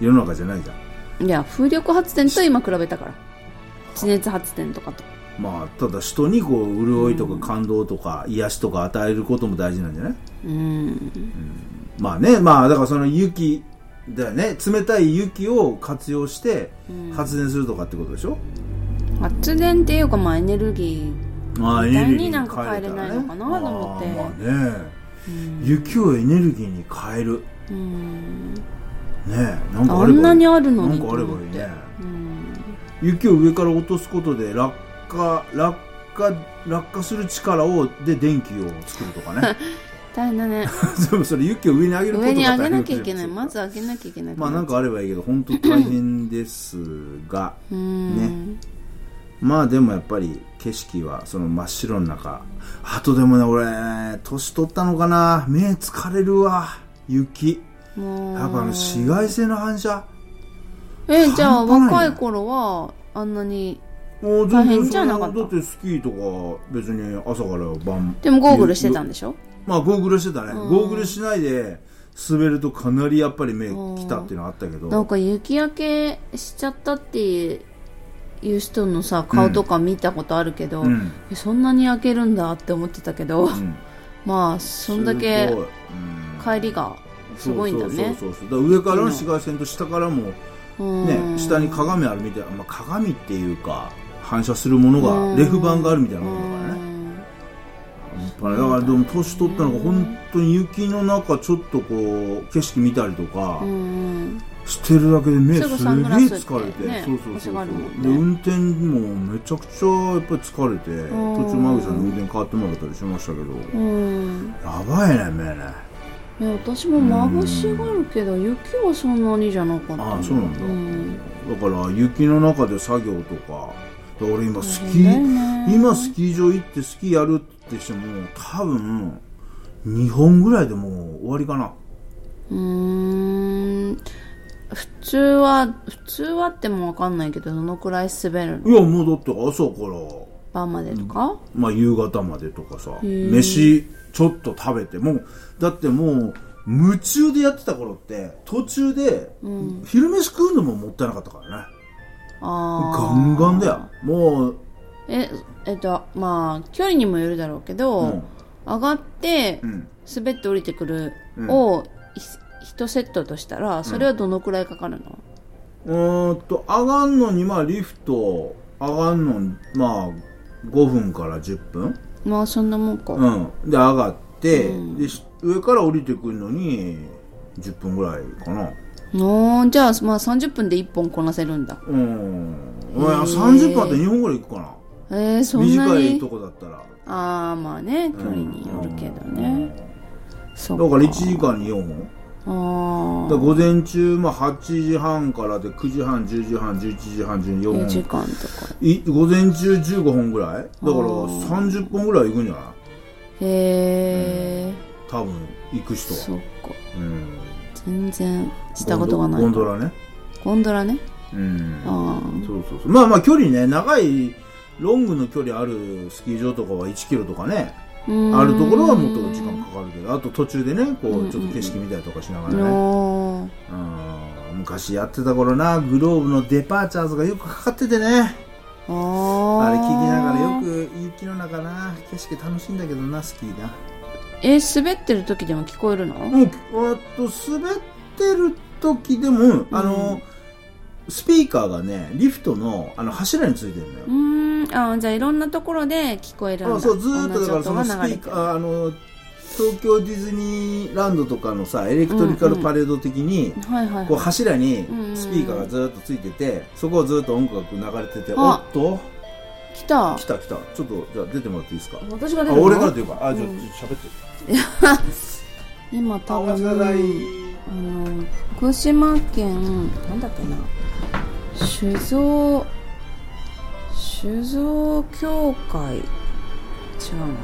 B: 世の中じゃないじゃん。
A: いや風力発電と今比べたから地熱発電とかと
B: まあ、ただ人にこう、潤いとか感動とか、癒しとか与えることも大事なんじゃない
A: うん
B: まあね、まあ、だからその雪、だよね、冷たい雪を活用して発電するとかってことでしょ、
A: 発電っていうかまあエネルギ
B: まあ、エ
A: 絶
B: ネ
A: 対
B: ルギー
A: になん
B: に
A: か
B: 変えれたらね
A: 変えれないのかなと思って
B: まあまあね、雪をエネルギーに変える
A: ーうん
B: ねえなんか
A: あ
B: あればいい
A: んなにあるの
B: な
A: に
B: んかあればいいね
A: うん
B: 雪を上から落とすことで落下落下落下する力をで電気を作るとか ね
A: 大変だ ね
B: でもそれ雪を上に上げることが
A: 上
B: 大
A: に
B: 変
A: 上げなきゃいけない
B: こと
A: ま
B: です
A: ず
B: よ
A: 上げなきゃいけない
B: まあなんかあればいいけど本当大変ですが
A: うん
B: まあでもやっぱり景色はその真っ白の中あとでもね俺年取ったのかな目疲れるわ雪
A: もう
B: やっぱあの紫外線の反射
A: えじゃあ
B: 半端ないね
A: 若い頃はあんなに
B: もう
A: 大変じゃなかった
B: だってスキーとか別に朝から晩
A: でもゴーグルしてたんでしょ
B: まあゴーグルしてたね、
A: うん
B: ゴーグルしないで滑るとかなりやっぱり目きたっていうのはあったけど、
A: なんか雪焼けしちゃったっていういう人のさ顔とか見たことあるけど、
B: うんうん
A: えそんなに焼けるんだって思ってたけど、
B: うん
A: まあそんだけ
B: すごいうん
A: 帰りがすごいんだね
B: そうそうそうそうだから上からの紫外線と下からも
A: う
B: ね
A: ん
B: 下に鏡あるみたいな、まあ、鏡っていうか反射するものがレフ板があるみたいなものだからねやっぱりだからでも年取ったのが本当に雪の中ちょっとこう景色見たりとか
A: うんうん
B: してるだけで目す
A: す
B: げえ
A: ぐサングラスって
B: 疲れて、
A: ね
B: そうそうそう
A: 欲しが
B: そう、
A: るもんね
B: で運転もめちゃくちゃやっぱり疲れて
A: ん
B: 途中マグさんの運転変わってもらったりしましたけど
A: うん
B: やばいね目ね
A: いや私も眩しがるけど雪はそんなにじゃなかった
B: ああそうなんだ、
A: うん
B: だから雪の中で作業とかで俺今スキ
A: そうだよ
B: ー、
A: ね
B: 今スキー場行ってスキーやるってしても多分2本ぐらいでもう終わりかな
A: うーん普通は普通はってもわかんないけどどのくらい滑るの
B: いやもうだって朝から
A: 晩までとか、
B: まあ、夕方までとかさ
A: ー
B: 飯ちょっと食べてもうだってもう夢中でやってた頃って途中で昼飯食うのももったいなかったからね、
A: ああ
B: ガンガンだよもう、
A: ええっとまあ距離にもよるだろうけど、
B: うん
A: 上がって
B: うん、
A: 滑って降りてくるを1セットとしたらそれはどのくらいかかるの、
B: うーんと上がんのにまあリフト上がんのにまあ5分から10分、
A: まあそんなもんか、
B: うん、で上がって、
A: うん
B: でし上から降りてくるのに10分ぐらいかな
A: のじゃあまあ30分で1本こなせるんだ
B: うん、まあ30分あって2本ぐらい行くかな
A: えー、そんな
B: 短い
A: に
B: とこだったら
A: ああまあね距離によるけどね、そ
B: だ
A: う
B: から1時間に4本
A: あ
B: だ
A: ー
B: から午前中、まあ、8時半からで9時半10時半11時半14
A: 4時
B: 本
A: 間とか
B: い午前中15本ぐらいだから
A: ー
B: 30本ぐらい行くんじゃない
A: へえ、
B: 多分行く人は
A: そっか
B: うん
A: 全然したことがないゴ
B: ゴン
A: ン
B: ドラね
A: ドラね
B: うん
A: あ
B: そうそうそうまあまあ距離ね長いロングの距離あるスキー場とかは1キロとかね
A: あー
B: あるところはもっ
A: う
B: と
A: ーん
B: 時間かかるけどあと途中でねこうちょっと景色見たりとかしながらね、
A: の
B: うん昔やってた頃なグローブのデパーチャーズがよくかかっててね
A: あ
B: あ
A: あ
B: れ聞きながらよく雪の中な景色楽しいんだけどなスキーな
A: え滑ってる時でも聞こえるの、
B: もうあと滑ってる時でもあの、スピーカーがねリフトのあの柱についてるのよ
A: う、ーんあじゃあいろんなところで聞こえるんだ
B: あそうずーっとだからそ
A: 同
B: の
A: じ
B: ス
A: 音
B: ピ
A: が流れ
B: ー
A: て
B: カ
A: る
B: ーあの東京ディズニーランドとかのさエレクトリカルパレード的に、
A: はいはい
B: こう
A: は
B: 柱にスピーカーがずーっとついててそこをずーっと音楽流れててお
A: あ
B: っと
A: い来た
B: 来た来たちょっとじゃあ出てもらっていいですか
A: 私が出
B: あ
A: てく
B: 俺
A: る
B: から
A: の
B: というかあじゃあ
A: うん
B: ちょっと喋って
A: 今多
B: あお待ちください
A: 分あの福島県なんだっけな酒造酒造協会違う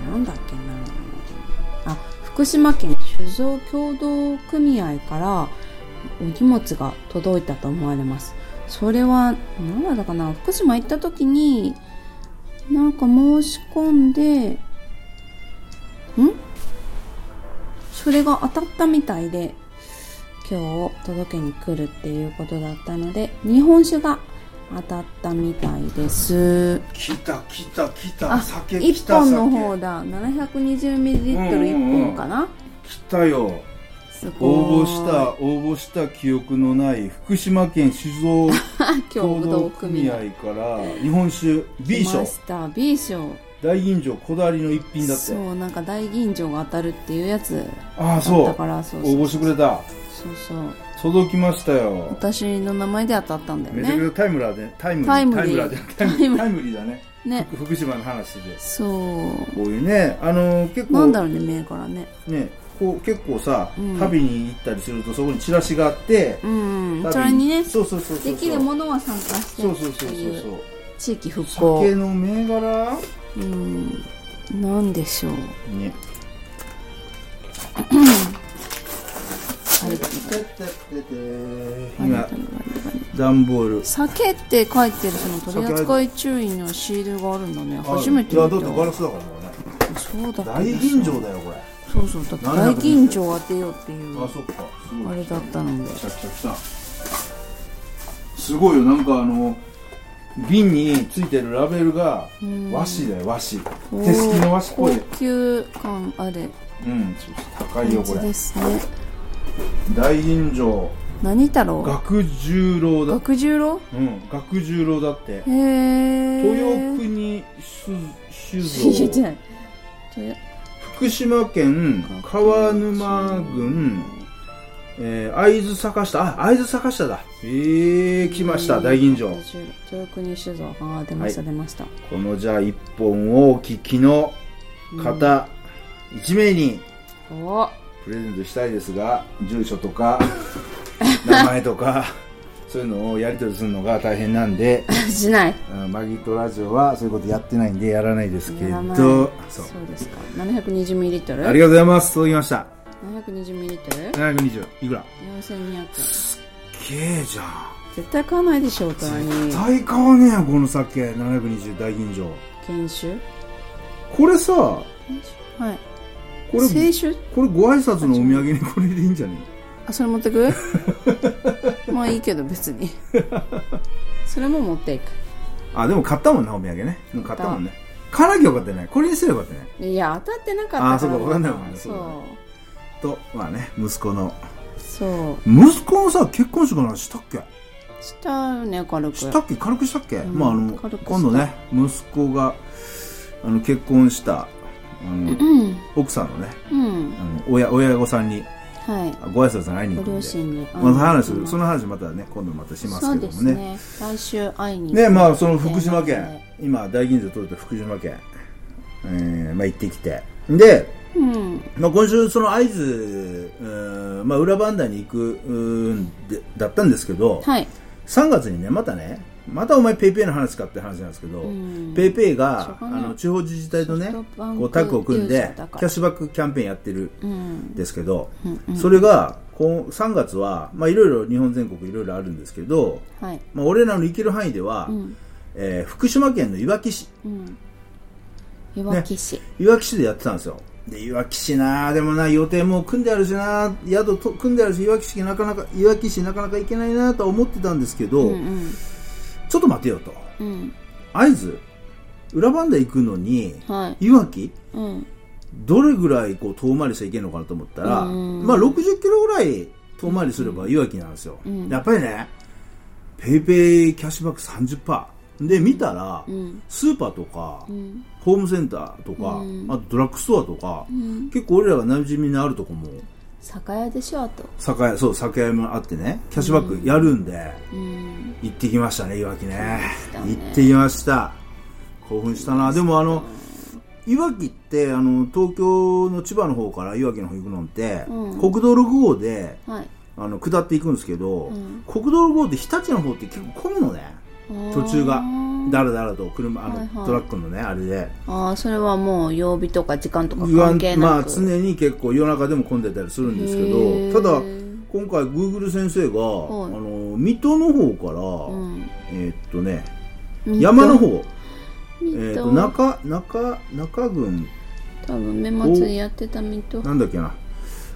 A: ななんだっけなあ福島県酒造協同組合からお荷物が届いたと思われますそれは何だったかな福島行った時になんか申し込んでんそれが当たったみたいで今日届けに来るっていうことだったので日本酒が当たったみたいです
B: 来た来た来
A: あ
B: た酒来
A: 1
B: た
A: 本
B: 酒
A: の方だ 720ml1 本かな、
B: 来たよ
A: すごい
B: 応募した応募した記憶のない福島県酒 造
A: 共
B: 協
A: 同
B: 同
A: 組
B: 組合
A: 合
B: から日本酒 B
A: 来
B: 賞
A: ました。B 賞
B: 大吟醸こだわりの一品だって
A: そうなんか大吟醸が当たるっていうやつ
B: ああ
A: だっ
B: そ
A: た
B: う
A: からそう
B: 応
A: そう
B: 募してくれた
A: そうそう
B: 届きましたよ
A: 私の名前で当たったんだよ
B: めちゃく
A: ね
B: ちゃタイムラーでタイムリー
A: タイムリー
B: タイムラーじゃなくてタイムリータイムリーだね
A: ね
B: 福福島の話で
A: そう
B: こういうねあの結構
A: なんだろうね銘柄ね
B: ねこう結構さ、
A: うん
B: 旅に行ったりするとそこにチラシがあって、
A: うん
B: 旅
A: それにね
B: そうそうそうそう
A: できるものは参加して
B: そう
A: っ
B: そう
A: て
B: そうそう
A: い
B: そうう
A: 地域復興
B: 酒の銘柄
A: うんなんでしょう
B: ね
A: あれだね
B: 今段ボール
A: 酒って書いてるその取り扱い注意のシールがあるんだね初めて見
B: い
A: た
B: やだってガラスだからね
A: そうだ
B: 大吟醸だよこれあ
A: そうそうだって大吟醸を当てようっていう
B: そっかす
A: あ
B: ごい
A: れだったので
B: 来た来た来たすごいよなんかあの瓶についてるラベルが
A: うん
B: 和紙だよ和紙手すきの和紙っぽい
A: 高級感ある
B: うんそうそう高い
A: 感
B: よこ
A: じ
B: れ
A: ですね
B: 大吟醸
A: 何太郎
B: 学十郎だ
A: 学十郎
B: うん学十郎だって
A: へえ
B: 豊国 酒
A: いや
B: 造
A: じゃない豊
B: 福島県川沼郡、えー、会津坂下あ会津坂下だええー、来ました大吟醸
A: 学十郎豊国酒造ああ出ました、出ました
B: このじゃあ一本をお聞きの方、一名に
A: お
B: プレゼントしたいですが住所とか名前とかそういうのをやり取りするのが大変なんで
A: しない
B: うんマギットラジオはそういうことやってないんでやらないですけ
A: やらない
B: ど
A: そ
B: そう
A: うですか720ミリリットル
B: ありがとうございます届きました
A: 720ミリリットル
B: 720いくら
A: 4200円
B: けえじゃん
A: 絶対買わないでしょ大人に
B: 大買わねえよこの酒720大吟醸
A: 研修
B: これさこ
A: はい
B: れ
A: 清酒
B: これご挨拶のお土産にこれでいいんじゃね
A: あそれ持ってく まあいいけど別にそれも持っていく
B: あでも買ったもんなお土産ねもう買ったもんね買わなきゃよかったねこれにすればよかったね
A: いや当たってなか
B: あ
A: った
B: そう
A: から
B: か分かんないもんね
A: そう
B: とまあね息子の
A: そう
B: 息子のさ結婚式の話したっけ
A: したよね軽く
B: したっけ軽くしたっけ、
A: ん
B: まああの
A: 軽くした
B: 今度ね息子があの結婚したあの
A: うん
B: 奥さんのね
A: うん
B: あの親親御さんに
A: はい
B: ご挨拶会いに行
A: ご
B: くん
A: 両
B: で
A: 親に
B: また話す
A: あの
B: るその話またね今度またします
A: そう
B: け
A: で
B: ども
A: す
B: ね
A: ね来週会いに
B: ねまあその福島県
A: ね
B: 今大銀醸取れた福島県、えーまあ、行ってきてで、
A: うん
B: まあ、今週その会津、うーんまあ、裏磐梯に行くうーんでだったんですけど、
A: はい
B: 3月にねまたねまたお前ペイペイの話かって話なんですけど、
A: ん
B: ペイペイが
A: しょ
B: あ
A: うがない
B: の地方自治体とね
A: ソフトバンク
B: こうタッグを組ん
A: ユー
B: で
A: ザーだから
B: キャッシュバックキャンペーンやってる
A: うん
B: ですけど、
A: うん
B: それがこう3月はまあいろいろ日本全国いろいろあるんですけど、
A: はい
B: まあ、俺らの行ける範囲では、
A: うん
B: えー福島県のいわき市
A: うんいわき市
B: いわき市でやってたんですよでいわき市なでもな予定も組んであるしな宿と組んであるしいわき市なかなかいわき市なかなか行けないなとは思ってたんですけど、
A: うんうん
B: ちょっと待てよと
A: うん
B: 会津裏磐梯行くのに
A: はい
B: いわき
A: うん
B: どれぐらいこう遠回りしていけるのかなと思ったら、
A: うん
B: まあ、60キロぐらい遠回りすればいわきなんですよ、
A: ん
B: やっぱりねペイペイキャッシュバック30%で見たら、
A: うん
B: スーパーとか、
A: うん
B: ホームセンターとか、
A: うん
B: あとドラッグストアとか、
A: うん
B: 結構俺らが馴染みのあるとこも
A: 酒屋でしょあと
B: 酒屋そう酒屋もあってねキャッシュバックやるんで、
A: うん
B: 行ってきましたねいわきね
A: そうでしたね
B: 行ってきました興奮したなでもあのいわきってあの東京の千葉の方からいわきの方行くのって、
A: うん
B: 国道6号で
A: はい
B: あの下っていくんですけど、
A: うん
B: 国道6号って日立の方って結構混むのね途中がだらだらと車あの、
A: はいはい
B: トラックのねあれで
A: ああそれはもう曜日とか時間とか
B: 言わん
A: 関係なく
B: まあ常に結構夜中でも混んでたりするんですけ
A: へー
B: どただ今回 Google 先生
A: い
B: が、あの水戸の方から、
A: うん
B: えーっとね
A: 水戸
B: 山の方、え
A: 水戸
B: ーっと中中中郡
A: 多分目祭りやってた水戸
B: なんだっけな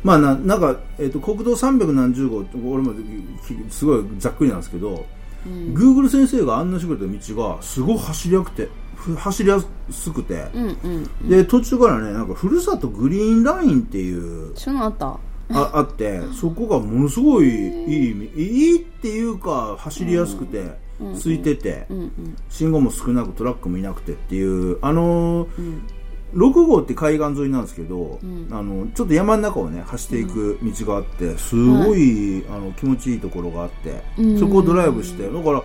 B: まあななんか、えーっと国道3何十号俺もききすごいざっくりなんですけど、Google 先生が案内してくれた道がすごい走りやくてふ走りやすくて、
A: うんうん
B: で途中からねなんかふるさとグリーンラインっていう
A: そのあった
B: ああってそこがものすごいいい意味いいっていうか走りやすくて、空いてて、
A: うんうん
B: 信号も少なくトラックもいなくてっていうあのー6号って海岸沿いなんですけど、
A: うん
B: あのちょっと山の中をね走っていく道があってすごい、あの気持ちいいところがあって、
A: うん
B: そこをドライブしてだから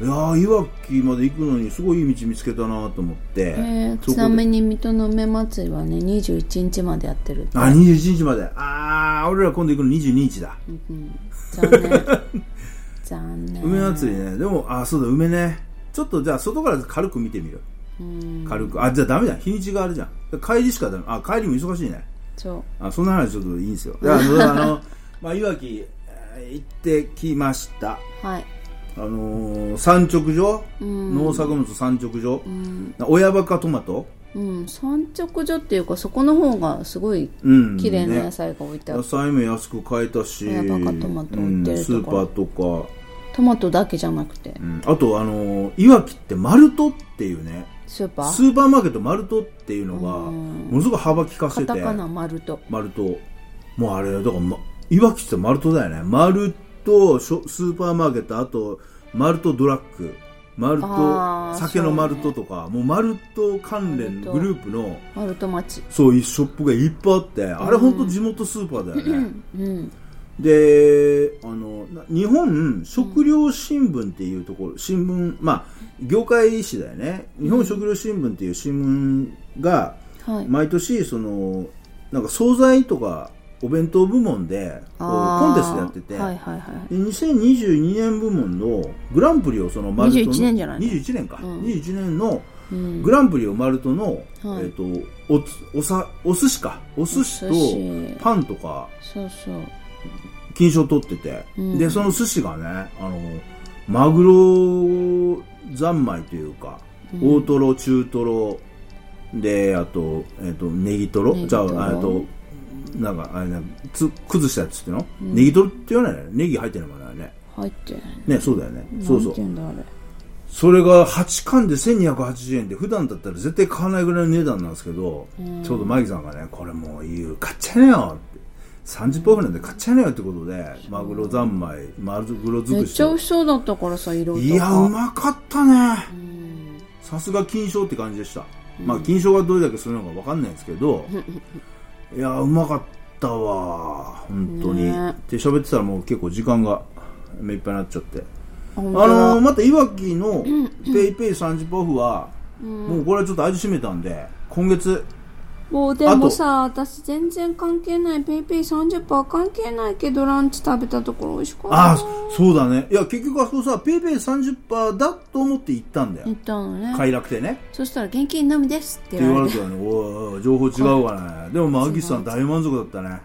B: いやーいわきまで行くのにすごいいい道見つけたなと思って、
A: えー
B: そこで
A: ちなみに水戸の梅祭りはね21日までやってるって
B: あ21日までああ俺ら今度行くの22日だ、
A: うんうん残念 残念
B: 梅祭りねでもあーそうだ梅ねちょっとじゃあ外から軽く見てみる
A: うん
B: 軽くあじゃあダメじゃん日にちがあるじゃん帰りしかダメあ帰りも忙しいね
A: そう
B: あそんな話ちょっといいん ですよ。だからあのあの、まあ、いわきえー行ってきました。
A: はい
B: あのー産直所、
A: うん
B: 農作物産直所
A: う、ん、
B: な親バカトマト、
A: うん、産直所っていうかそこの方がすごい
B: うん、
A: 綺麗な野
B: ね
A: 菜が置いてある、
B: 野菜も安く買えたし、
A: 親バカトマト売
B: うん
A: ってる
B: ス
A: と
B: ー
A: こ
B: パ
A: ろ
B: ーとか、
A: トマトだけじゃなくて
B: うんあとあのーいわきってマルトっていうね、
A: スーパー
B: スーパーマーケットマルトっていうのが、
A: うん
B: ものすごい幅利かせ
A: カ
B: て、
A: タカナ丸と
B: マルト。もうあれ、だから、ま、いわきってマルトだよね。マルト、ショスーパーマーケット、あと、マルトドラッグ、マル
A: あ
B: ト、
A: ー
B: 酒のマルトとか、もうマルト関連の
A: マ
B: グ
A: ルト
B: ループの、
A: 丸と町
B: そういうショップがいっぱいあって、あれほんと地元スーパーだよね。
A: うん
B: で、あの、な日本食料新聞っていうところ、新聞、まあ、業界紙だよね。日本食料新聞っていう新聞が、
A: はい、
B: 毎年そのなんか惣菜とかお弁当部門でこう
A: あー
B: コンテストやってて、
A: はいはいはい
B: で2022年部門のグランプリをそのマルトの
A: 21年じゃないの
B: 21年か、
A: うん
B: 21年の
A: うん
B: グランプリをマルトの、
A: はい
B: えっ、とおつおさお寿司かお寿司
A: お寿司
B: とパンとか
A: そうそう
B: 金賞取ってて、
A: うん
B: でその寿司がねあのマグロ三昧というか、
A: うん
B: 大トロ中トロであと,、えっとネギトロ
A: ネギ
B: じゃ
A: トロ
B: あえっとなんかあれねつ崩したやつっていうの、
A: ん
B: ネギトロって言わないよねネギ入ってるもんだよね
A: 入ってない
B: ねそうだよねそうそ
A: なんて言
B: う
A: うんだあれ
B: それが8貫で1280円で普段だったら絶対買わないぐらいの値段なんですけど、
A: うん
B: ちょうどマギさんがねこれもう言う買っちゃえなよって30%オフなんで買っちゃえなよってことでマグロ三昧マグロ尽
A: め
B: く
A: っ
B: し
A: ちゃ美
B: と
A: 味しそうだったからさ色とか
B: いやうまかったね
A: うん
B: さすが金賞って感じでした、まあ金賞がどれだけするのかわかんないですけど、いやうまかったわ本当に、
A: ね
B: って喋ってたらもう結構時間が目いっぱいになっちゃって
A: あ
B: あ
A: 本当だ、
B: のーまたいわきのペイペイ30オフは、もうこれはちょっと味しめたんで今月
A: もうでもさ私全然関係ないペイペイ30%関係ないけどランチ食べたところ美味しかった
B: ああそうだねいや結局あそこさペイペイ30だと思って行ったんだ
A: 言っ
B: よ
A: たのね、
B: 快楽でね
A: そしたら現金のみですって
B: って
A: 言
B: 言
A: わ
B: わ
A: れ
B: れ
A: て
B: たよねおいおい情報違うかねでもまあアギさん大満足だったね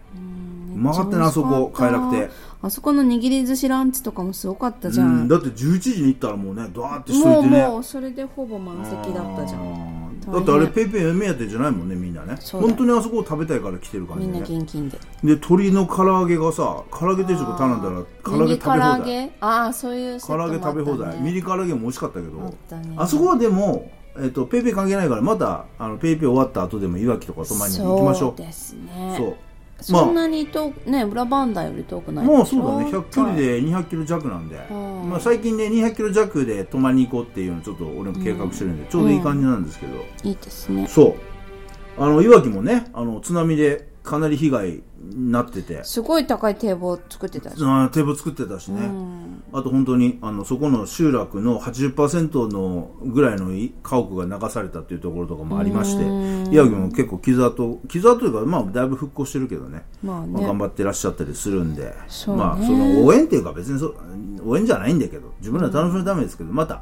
B: うまかったねあそこ快楽亭
A: あそこの握り寿司ランチとかもすごかったじ
B: う
A: ゃ
B: ん、
A: ん、
B: だって11時に行ったらもうねドワーってしと
A: も
B: いうてね
A: もうそれでほぼ満席だったじゃん
B: ん
A: 大変
B: だってあれペイペイ目当てじゃないもんねみんなね
A: そうだよ
B: 本当にあそこを食べたいから来てる感
A: み
B: じ
A: んな
B: ね
A: 現金で
B: で鶏の唐揚げがさ唐揚げ定食頼んだら唐揚げ
A: ミニ
B: 食べ
A: 唐
B: 放
A: 揚
B: 題
A: げああそういうセ
B: 唐
A: ッ
B: 揚げ
A: トもあ
B: 食べ放
A: った
B: 題
A: ね
B: ミニ唐揚げも美味しかったけ
A: あっ
B: ど
A: たね
B: あそこはでもえっとペイペイ関係ないからまたあのペイペイ終わった後でもいわきとか泊まりに行きましょ
A: そうです
B: う
A: ね
B: そうまあ
A: そんなに遠くね裏バンダより遠くない
B: もうそうだね
A: ちょっ
B: 100
A: と
B: キロで200キロ弱なんで、
A: うん
B: まあ、最近ね200キロ弱で泊まりに行こうっていうのをちょっと俺も計画してるんで、ちょうどいい感じなんですけど、
A: いいですね
B: そうあのいわきもねあの津波でかなり被害になってて
A: すごい高い堤防作ってたし、
B: あー堤防作ってたし
A: う
B: ね、
A: ん、
B: あと本当にあのそこの集落の80%のぐらいのい家屋が流されたっていうところとかもありまして
A: うん
B: いわきも結構傷跡傷跡というか、まあ、だいぶ復興してるけどね
A: まあ
B: まあ、頑
A: ね
B: 張ってらっしゃったりするんで、
A: そうね
B: まあその応援っていうか別にそう応援じゃないんだけど自分ら楽しむためですけど、また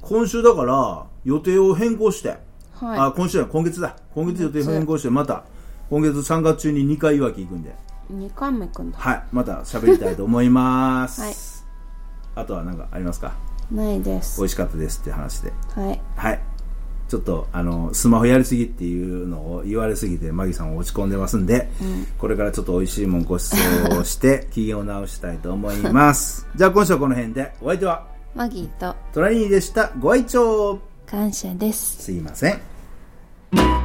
B: 今週だから予定を変更して、あ
A: は
B: 今週は今月だ今月予定変更してまた今月3月中に2回いわき行くんで
A: い2回も行くんだ
B: はいまた喋りたいと思いま
A: はい
B: す、あとは何かありますか
A: ないです
B: 美味しかったですって話で
A: はい
B: はいちょっとあのスマホやりすぎっていうのを言われすぎてマギさん落ち込んでますんで、これからちょっと美味しいもんご馳走をして 機嫌を直したいと思いますじゃあ今週はこの辺でお相手は
A: マギーと
B: トラニーでしたご愛聴
A: 感謝です
B: すいません